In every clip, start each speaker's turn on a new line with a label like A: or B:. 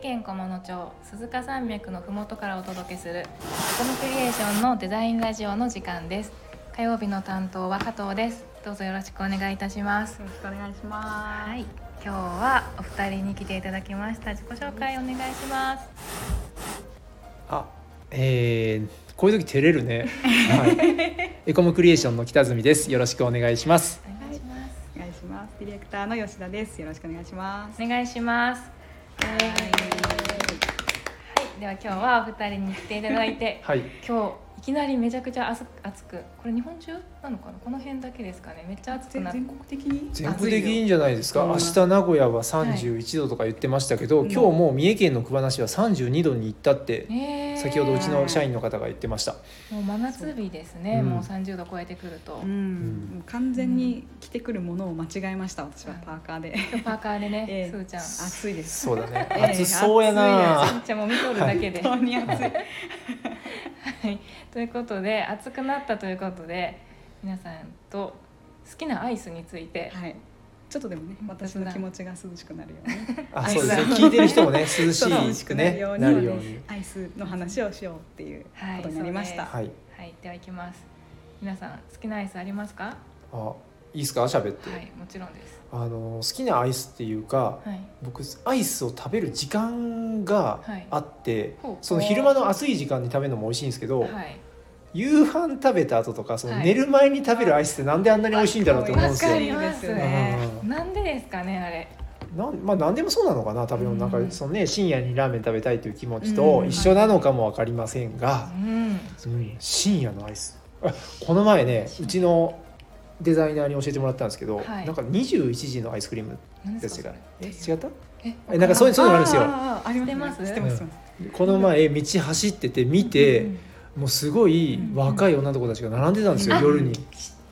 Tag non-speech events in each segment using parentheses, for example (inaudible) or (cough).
A: 県小物町鈴鹿山脈のふもとからお届けするコムクリエーションのデザインラジオの時間です火曜日の担当は加藤ですどうぞよろしくお願いいたします
B: よろしくお願いします。
A: はい今日はお二人に来ていただきました自己紹介お願いします
C: あ、えー、こういう時照れるね。はい、エコムクリエーションの北角です。よろしくお願いします。
A: お願いします
B: お願いします。ディレクターの吉田です。よろしくお願いします。
A: お願いしますはい、では今日はお二人に来ていただいて
C: はい。
A: 今日いきなりめちゃくちゃ暑暑くこれ日本中なのかなこの辺だけですかねめっちゃ暑く
B: 全
A: なって
B: 全国的に
C: 全国的にいいんじゃないですか。
B: うん
C: 明日名古屋は三十一度とか言ってましたけど、
B: うん
C: 今日もう三重県の桑名市は三十二度に行ったって、
A: ねえ
C: 先ほどうちの社員の方が言ってました。
A: もう真夏日ですね、
C: うん
A: もう30度超えてくると、
B: うん、もう完全に着てくるものを間違えました。私はパーカーで。
A: 今日パーカーでね、
B: ええ
A: すーちゃんす
B: 暑いです。
C: そうだね。
B: (laughs) ええ
C: 暑そうやな
A: ー。ちゃんも見とるだけで、
B: (laughs) 本当に暑い。
A: はい、ということで暑くなったということで皆さんと好きなアイスについて、
B: はい。ちょっとでもね、私の気持ちが涼しくなるように、
C: あ、そうですね。
A: 暑い
C: 聞いてる人も
B: (laughs)
C: ね、涼し
B: 涼し
C: い
B: くなる
C: ね
B: よう、に
C: なるように。
B: アイスの話をしようっていうことになりました。
A: は
C: はい。
A: はい、ではいきます皆さん好きなアイスありますか
C: あ、いいですか、喋って。
A: はいもちろんです
C: あの好きなアイスっていうか。
A: はい
C: 僕アイスを食べる時間があって、
A: はい
C: その昼間の暑い時間に食べるのも美味しいんですけど、
A: はい
C: 夕飯食べた後とかその
A: はい
C: 寝る前に食べるアイスってなんであんなに美味しいんだろうと思うんですよ。
A: わか
C: う
A: ります
B: ね。
C: ん
A: なんでですかねあれ
C: なんまあ、何でもそうなのかな食べ物なんか
A: うん
C: その、ね、深夜にラーメン食べたいという気持ち
B: う
C: と
B: ん
C: 一緒なのかも分かりません
A: う
C: が、
A: ん
C: うん深夜のアイス (laughs) あこの前ねうちのデザイナーに教えてもらったんですけど、
A: はい
C: なんか21時のアイスクリーム
A: 何
C: で
A: です
C: す
A: か
C: が
A: そ
C: え
A: れ
C: 違った
A: え
C: えなんかそういうそういうのあるんですよ。
B: あーありますね。
A: 知っ
B: 知ってて
C: ま
B: ますす。知ってます
C: この前道走ってて見て、
A: うん
C: もうすごい若い女の子たちが並んでたんですよ、
A: うん
C: 夜に
A: 知っ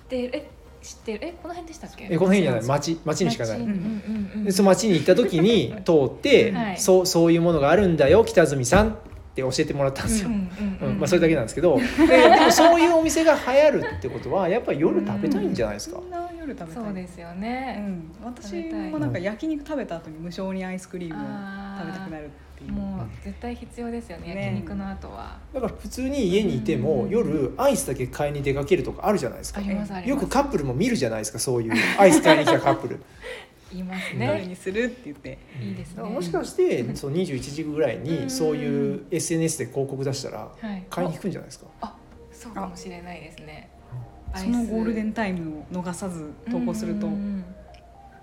A: てるえ知ってるえこの辺でしたっけ
C: えこの辺じゃない町町にしかな
A: う
C: い
A: んうんうんうん
C: でその町に行った時に通って、
A: はい
C: そうそういうものがあるんだよ北角さんって教えてもらったんです
A: う
C: よ、
A: ん
C: うん
A: うんうん
C: まあ、それだけなんです
A: (laughs)
C: けどででもそういうお店が流行るってことはやっぱり夜食べたいんじゃないですか、
B: みんな夜食べたい。
A: そうですよ
B: う
A: ね、
B: ん、私もなんか焼肉食べた後に無性にアイスクリームを食べたくなるっていう。
A: もう絶対必要ですよね
B: ね
A: 焼肉の後は
C: だから普通に家にいても、
A: うん
C: 夜アイスだけ買いに出かけるとかあるじゃないです
A: あ
C: か
A: りますあり
C: よ
A: ます
C: くカップルも見るじゃないですかそう (laughs) いうアイス買いに来たカップル
A: 言います
B: どれ
A: ね
B: にするって言って。
A: いいです
C: だ
A: ね
C: からもしかしてその21時ぐらい
A: うん
C: にそういう SNS で広告出したら
A: はい
C: 買いに行くんじゃないですか
A: おそうかもしれないですね
B: そのゴールデン
A: アイ
B: タイムを逃さず
A: ス
B: 投稿すると
A: うんう
B: 「
A: ん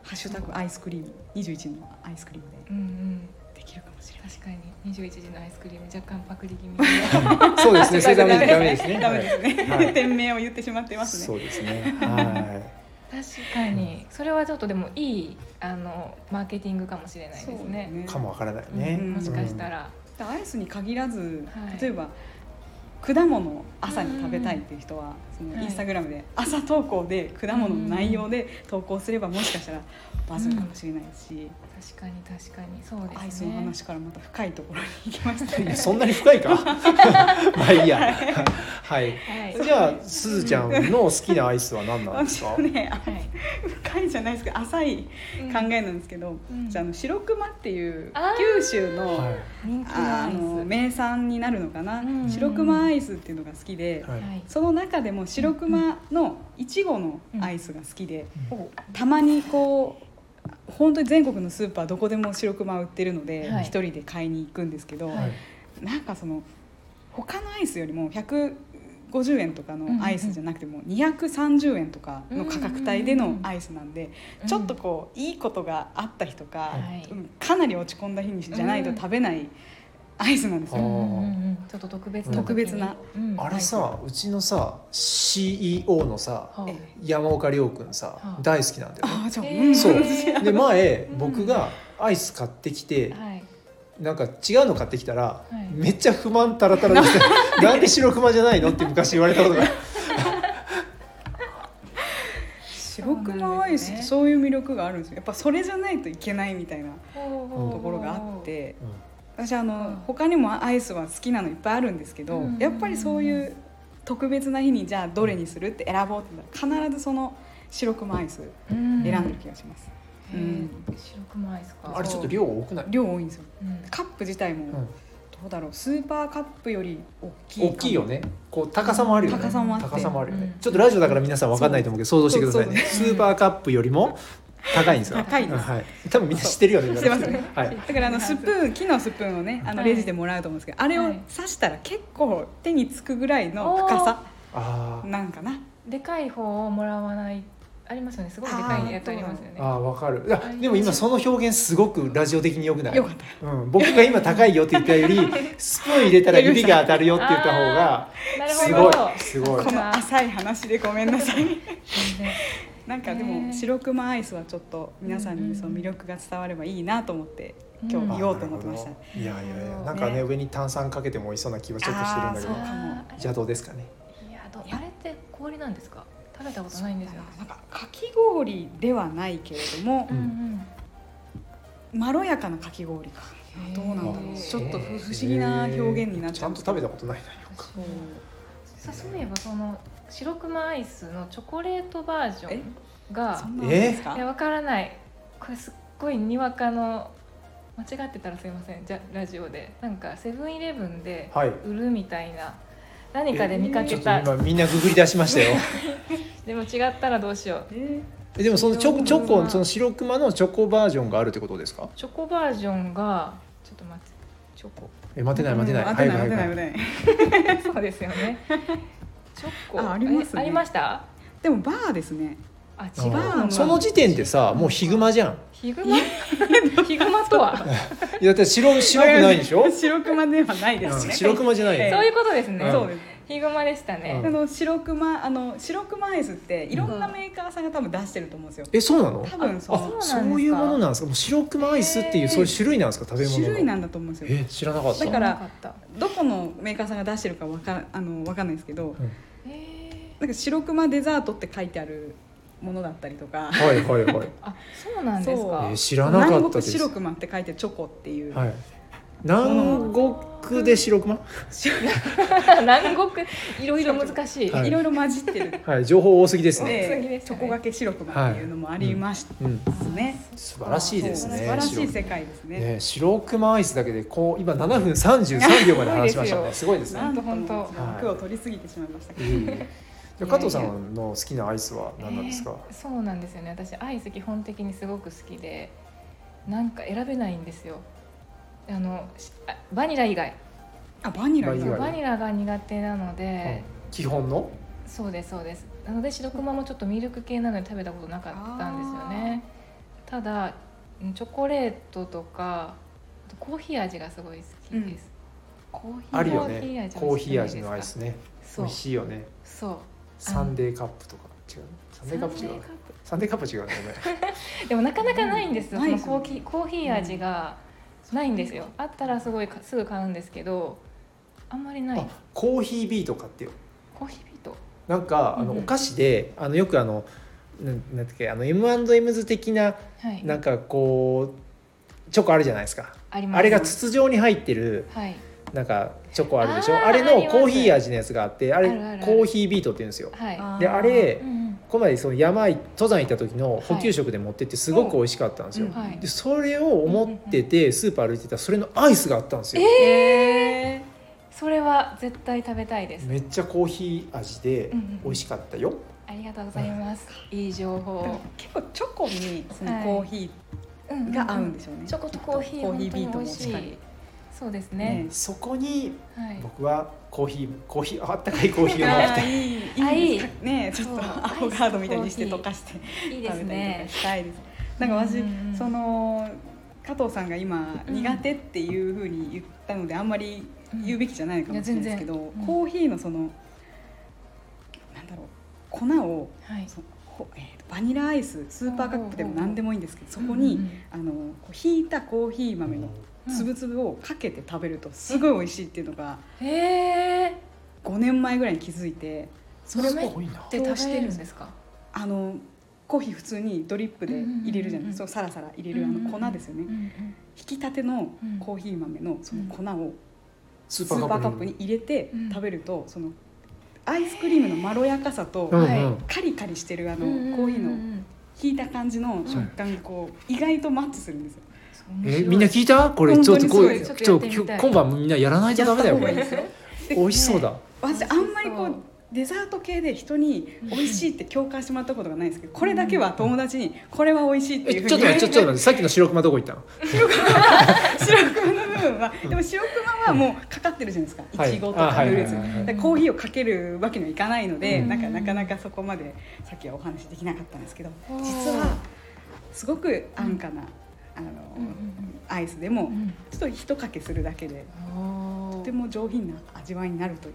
B: ハッシュタグアイスクリーム」21のアイスクリーム
A: うんうん
B: でできるかもしれない
A: 確かに21時のアイスクリーム若干パクリ気味で
C: そうです
A: (laughs)
C: ね。それダメダメですね。
B: ダメですね、
C: はい
B: 店名を言ってしまって
C: は
B: ま
C: い。
B: すね
C: そうですね。は
A: 確かにそれはちょっとでもいいあのマーケティングかもしれないですね
C: い。かもわからない
A: うん
C: ね。
A: もしかしたら、
B: アイスに限らず、
A: はい
B: 例えば果物を朝に食べたいっていう人は、そ
A: は
B: の
A: い
B: インスタグラムで朝投稿で果物の内容で投稿すればもしかしたらバズるかもしれないし、
A: 確かに確かにそうですね
B: アイスの話からまた深いところに行きました
C: うん
B: ね。
C: そんなに深いか。 (laughs) まあいいや。はい。
A: はい
C: じゃあすずちゃんの好きなアイスは何なんです
B: 私
C: か
B: は。ね、あ
A: はい
B: 深いじゃないですけど浅い
A: うん
B: 考えなんですけど、
A: うん
B: じゃああの白熊っていう
A: あー
B: 九州の,、
C: は
A: 人気の
B: あ
A: アイス
B: の名産になるのかな、
A: うん
B: 白熊アイスっていうのが好きで、
C: い。はい。
A: はい
B: その中でも白熊のいちごのアイスが好きで、
A: お
B: たまにこう本当に全国のスーパーどこでも白熊売ってるので一、
A: はい
B: 人で買いに行くんですけど、
A: はい
B: なんかその他のアイスよりも150円とかのアイスじゃなくても230円とかの価格帯でのアイスなんで
A: うん
B: ちょっとこういいことがあった日とか
A: はい
B: うんかなり落ち込んだ日にじゃないと食べないアイスなんです
A: うん
B: よ。
A: うんうんちょっと特別な時に
B: 特別な、
A: うん
C: あれさ、うちのさ CEO のさ
A: はい
B: え
C: 山岡亮君
A: は
C: さ
A: い
C: 大好きなんだよね。
B: ああじゃあ、
A: え
B: う
A: ー
B: ん
C: そう。
A: うん
C: で前
A: うん
C: 僕がアイス買ってきて
A: はい
C: なんか違うの買ってきたら、
A: い
C: めっちゃ不満たらた
A: (laughs)
C: らでした。なんで白熊じゃないのって昔言われたことが。
B: 白熊アイスってそういう魅力があるんですよやっぱそれじゃないといけないみたいなと
A: と
B: ころがあって
C: うん
B: 私あ
A: うん
B: の他にもアイスは好きなのいっぱいあるんですけど、
A: うん
B: やっぱりそういう特別な日にじゃあどれにするって選ぼうってなったら必ずその白熊アイス
A: 選ん
B: 選んでる気がします、
A: へー白熊アイスか
C: あれちょっと量多くない
B: 量多いんですよ
A: うん
B: カップ自体も
C: う
B: ど
C: ん
B: うだろうスーパーカップより大きいかも
C: 大きいよねこう高さもあるよね
B: 高さもあって
C: るよね、
A: うん
C: ちょっとラジオだから皆さん分かんないと思うけど想像してくださいね
A: そうそう
C: スーパーカップよりも高いんですよ
B: 高いです
C: うんはい、多分みんな知ってるよね
B: すいません
C: はい、
B: だからあのスプーン木のスプーンをねあの
A: はい
B: レジでもらうと思うんですけど、あれを
A: はい
B: 刺したら結構手につくぐらいの深さ
C: あー
B: なんかな、
A: でかい方をもらわないありますよねすごいでかいやつありますよね
C: あー分かるいやでも今その表現すごくラジオ的によくない
B: よかった
C: うん、僕が今高いよって言ったよりスプーン入れたら指が当たるよって言った方が
A: なる
C: す
A: ほ
C: ごい
A: ど
C: すごい
B: この浅い話でごめんなさい
A: 全然
B: なんかで
A: へ
B: も
A: ー
B: 白熊アイスはちょっと皆さんにその魅力が伝わればいいなと思って今日言おうと思ってました、
D: あなるほどいやいやいやなんかね
B: ね
D: 上に炭酸かけても美味しそうな気はちょっとしてるんだけど
B: あーそう
A: あー
C: じゃあどうですかね
A: いやどうあれって氷なんですか食べたことないんですよ
B: なんかかき氷ではないけれども
A: う、ん
B: まろやかなかき氷か
A: へー
B: どうなんだろ
A: へ
B: う
A: ー
B: ちょっと不不思議な表現になっ
D: ち
B: ちゃ
D: ゃ
B: うんん
D: と
B: ですけ
D: 食
B: ど
D: べたことないな
B: そ
A: さ
B: う
A: そういえばその白熊アイスのチョコレートバージョンが
B: そんなのですか
A: いやわからないこれすっごいにわかの間違ってたらすいませんじゃラジオでなんかセブンイレブンで
C: はい
A: 売るみたいな、何かで見か
C: ち
A: け、
C: ょったと今みんなググり出しましたよ
B: (laughs)
A: でも違ったらどうしよう
B: えー
C: えでもそのチョコチョ
A: 白
C: コ
A: 熊
C: その白熊のチョコバージョンがあるってことですか
A: チョコバージョンがちょっと待ってチョコ (laughs)
C: え待てない待てない、
B: うん待
C: 早
B: て
C: く
B: ない待てない
C: 早
B: 待
C: く
B: てない
A: そうですよねチョコ
B: あありますね
A: えありました
B: でもバーですね
A: あ違
C: あ
A: う
B: ー
C: ーその時点でさもうヒグマじゃん
A: ヒグマ (laughs) ヒグマとはい
C: やだって白白くないで
B: (laughs)
C: しょ、うん
B: 白熊ではないですね、
C: 白熊じゃない
B: ええ
C: よ
A: そういうことです
C: ん
A: ね、
B: そうです
A: ヒグマでしたね、
B: あの白熊あの白熊アイスっていろんなメーカーさんが多分出してると思うんですよ。
C: えそうなの
B: 多分そ
A: あそうなん
B: の
A: です
C: そ
A: か
C: ういうものなんですかもう白熊アイスってい
A: へー
C: うそういう種類なんですか食べ物の
B: 種類なんだと思うんですよ。
C: え知らなかった
B: だから
A: 知なった
B: どこのメーカーさんが出してるかわかあのわかんないですけど、
A: え
B: なんか白熊デザートって書いてあるものだったりとか、
C: はいはい
B: (laughs)
C: はい
A: ー、あそうなんです
B: そう
C: え
A: か
C: ー知らなかった
B: 南
C: で
B: 国
C: す
B: 白熊って書いてチョコっていう、
C: はい。南国で白熊。
A: (laughs) 南国いろいろ難しい、
C: はい
B: いろいろ混じってる。
C: はい、情報多すぎですね。
A: そうですね
B: でチョコがけ白熊っていうのもありまし
C: うん、
B: たね。
C: 素晴らしいです
B: そう
C: ね。
B: 素晴らしい世
C: 白
B: 界ですね。
C: ね、白熊アイスだけで、こう、今7分33秒まで話しましたね。すごいです
B: な
C: ね。
B: んと本
A: 本
B: 当
C: 当
B: 枠を取りすぎてしまいましたけ
C: い
B: ど。
C: いいいじゃあ加藤さんの好きなアイスは何なんですか。
A: えーそうなんですよね私アイス基本的にすごく好きでなんか選べないんですよあのしあバニラ以外
B: あバニラ
C: バ
B: 以
C: ニラ
B: 外
A: バニラが苦手なので、
C: うん基本の。
A: そうですそうですなので白熊もちょっとミルク系なので食べたことなかったんですよねただうんチョコレートとかあとコーヒー味がすごい好きです、コーヒー
C: あるよね。
A: 味
C: コーヒー味
A: 美味しく
C: のア
A: ない
C: イ
A: です
C: ス
A: か
C: ね。美
A: そう
C: 味しいよね。
A: そう
C: サンデーカップとか。違う。サンデーカップ違う。サンデーカップ違うね。
A: でもなかなかないんですよ、
B: ないです
A: その
B: よ
A: コー
B: ね
A: ヒーコーヒー味がないんですよ、あったらすごいかすぐ買うんですけどあんまり
C: ご
A: な
C: めん
A: い
C: あ、コーヒービート買ってよ。
A: コーヒービート
C: なんかあの
A: うんう
C: お
A: ん
C: 菓子で、あのよくあのななんだっけあの M&M's 的な
A: はい
C: なんかこうチョコあるじゃないですか。
A: あります
C: あれが筒状に入ってる
A: はい
C: なんかチョコあるでしょ。
A: あー
C: あれ
A: あり
C: の
A: ます
C: コーヒー味のやつがあって、あれ
A: あるあるある
C: コーヒービートって言うんですよ。
A: はい
B: あー
C: であれ
A: う。ん
C: この前その山行登山行った時の補給食で持ってってすごく美味しかったんですよ
A: うん、はい
C: でそれを思っててスーパー歩いてたらそれのアイスがあったんですよ、
A: え
B: え
A: それは絶対食べたいです
C: めっちゃコーヒー味で
A: うんうん
C: 美味しかったよ、
A: ありがとうございますいい情報
B: 結構チョコにそ
A: は
B: の
A: い
B: コーヒーが合うんでしょうね。
A: チョコとコーヒー
B: コーヒ
A: 本
B: ー
A: 当に
B: ビート
A: 美
B: も
A: 味し
B: しっかり
A: いそうですね
B: ね
C: そこに
A: はい
C: 僕はコーヒーコーヒーあったかいコーヒーを飲み
B: あ
C: たい
B: ーいい
A: あ
B: いい
A: いい
B: ですかねちょっ
A: そう
B: とアボカードみたいにして溶かして
A: いいで
B: 食
A: す
B: べたりとか
A: ね
B: したいです。なんか私
A: うんうん
B: その加藤さんが今
A: うん
B: 苦手っていう風に言ったのであんまり言うべきじゃないのかもしれないですけど、
A: うんいや全然
B: コーヒーのそのなんだろう粉を
A: はい
B: そのほえーバニラアイススーパーカップでも何でもいいんですけどそこ
A: うんう
B: に
A: ん
B: あのこうひいたコーヒー (laughs) 豆のつぶつぶをかけて食べるとすごい美味しいっていうのが
A: へえ
B: 5年前ぐらいに気づいてそれ
A: それ
B: も
A: も
C: 多いな
A: って食べれるんですか
B: あのコーヒー普通にドリップで入れるじゃ
A: うんうんうんうん
B: ないそうサラサラ入れるあ
A: うんうんう
B: の
A: ん
B: 粉ですよ
A: うんう
B: ね
A: ん
B: 引きたての
A: うん
B: コーヒー豆のその粉を
C: ス
B: スーパーカップに入れて
A: うん
B: 食べるとそのアイスクリームのまろやかさと
C: うんうん
A: はい
B: カリカリしてるあの
A: うんうんうんうん
B: コーヒーの引いた感じの食感がこう意外とマッチするんですよ。
C: えみんな聞いたこれ
B: 本
C: ちょ
B: 当
C: っと
B: に
C: こ
B: そう
C: う
B: です
A: よ
C: ちょっと
A: ちょっとやってみたい
C: 今晩みんなやらないとダメだよ
B: やった方
C: こ
B: がいいで
C: れ
B: すよで
C: 美味しそうだ
B: 私あんまりこ
A: そう
B: うデザート系で人に美味しいって共感してもらったことがないんですけどこれだけは友達にこれは美味しいってい
C: え
B: うふう
C: ちょっ
B: に
C: と待ってちょっと待ってさっきの白熊どこ行ったの
B: 白熊の部分はでも白熊はもうかかってるじゃないですかいちごと
C: あ
B: か
C: は
B: フ
C: い
B: ルーツ
C: はいはいはい
B: でコーヒーをかけるわけにはいかないので、
A: うん
B: なんかなかなかそこまでさっきはお話しできなかったんですけど
A: うん
B: 実はすごく安価な、あの
A: うんうん
B: アイスでも
A: うん
B: ちょっとひとかけするだけで
A: お
B: とて
A: ー
B: も上品な味わいになるという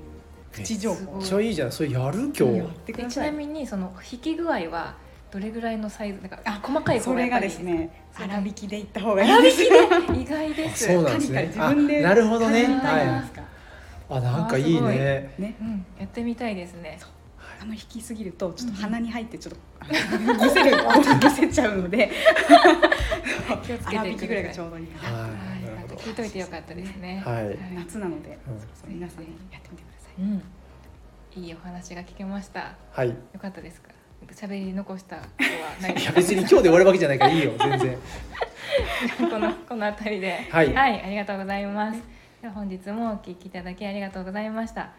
B: プチ情
A: えすご
B: 報
A: い
C: めっちゃいいじゃんそれやる今日、
B: やってく
A: で
B: だ
A: ち
B: さ。
A: ないみにその引き具合はどれぐらいのサイズなんか
B: あ
A: 細かい
B: そ
A: 方や
B: れ
A: っぱ
B: が
A: り
B: ですね
A: そう
B: 粗挽きでいった方がいいですよ。
A: (laughs) 意外で
C: あ
A: す
C: そうなんです
B: カリ
C: ね
B: カリ
C: あ
B: 自分で
C: なるほどね
A: カリカリ
C: は
A: ない
C: あなんかいいね
B: ね
A: うん、やってみたいですね
B: あの引きすぎるとちょっと鼻に入ってちょっとあのむせるむせちゃうので
A: 気をつけ
B: 粗
A: て
B: 引
A: いく
B: きぐら
A: ださ
B: いがちょうどいいかな。
C: はいなるほど
A: 聞いといてよかったですね
C: はい
B: 夏なので、
C: うん
B: そろそろ皆さんやってみてください。
A: うん、いいお話が聞けました
C: はいい
A: よかったですか喋り残したことはないです
C: や
A: か
C: 別に今日で終わるわけじゃないからいいよ全然
A: (laughs) このこのあたりでは
C: はい
A: ありがとうございます。では本日もお聞きいただきありがとうございました。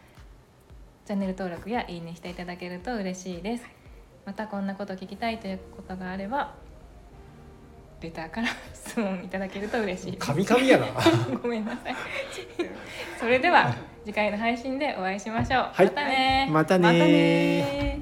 A: チャンネル登録やいいねしていただけると嬉しいです。またこんなこと聞きたいということがあれば、レターから質問いただけると嬉しいです。
C: 神々やな
A: (laughs) ごめんなさい。それでは次回の配信でお会いしましょう。
C: はい
A: またね
C: またね
A: またね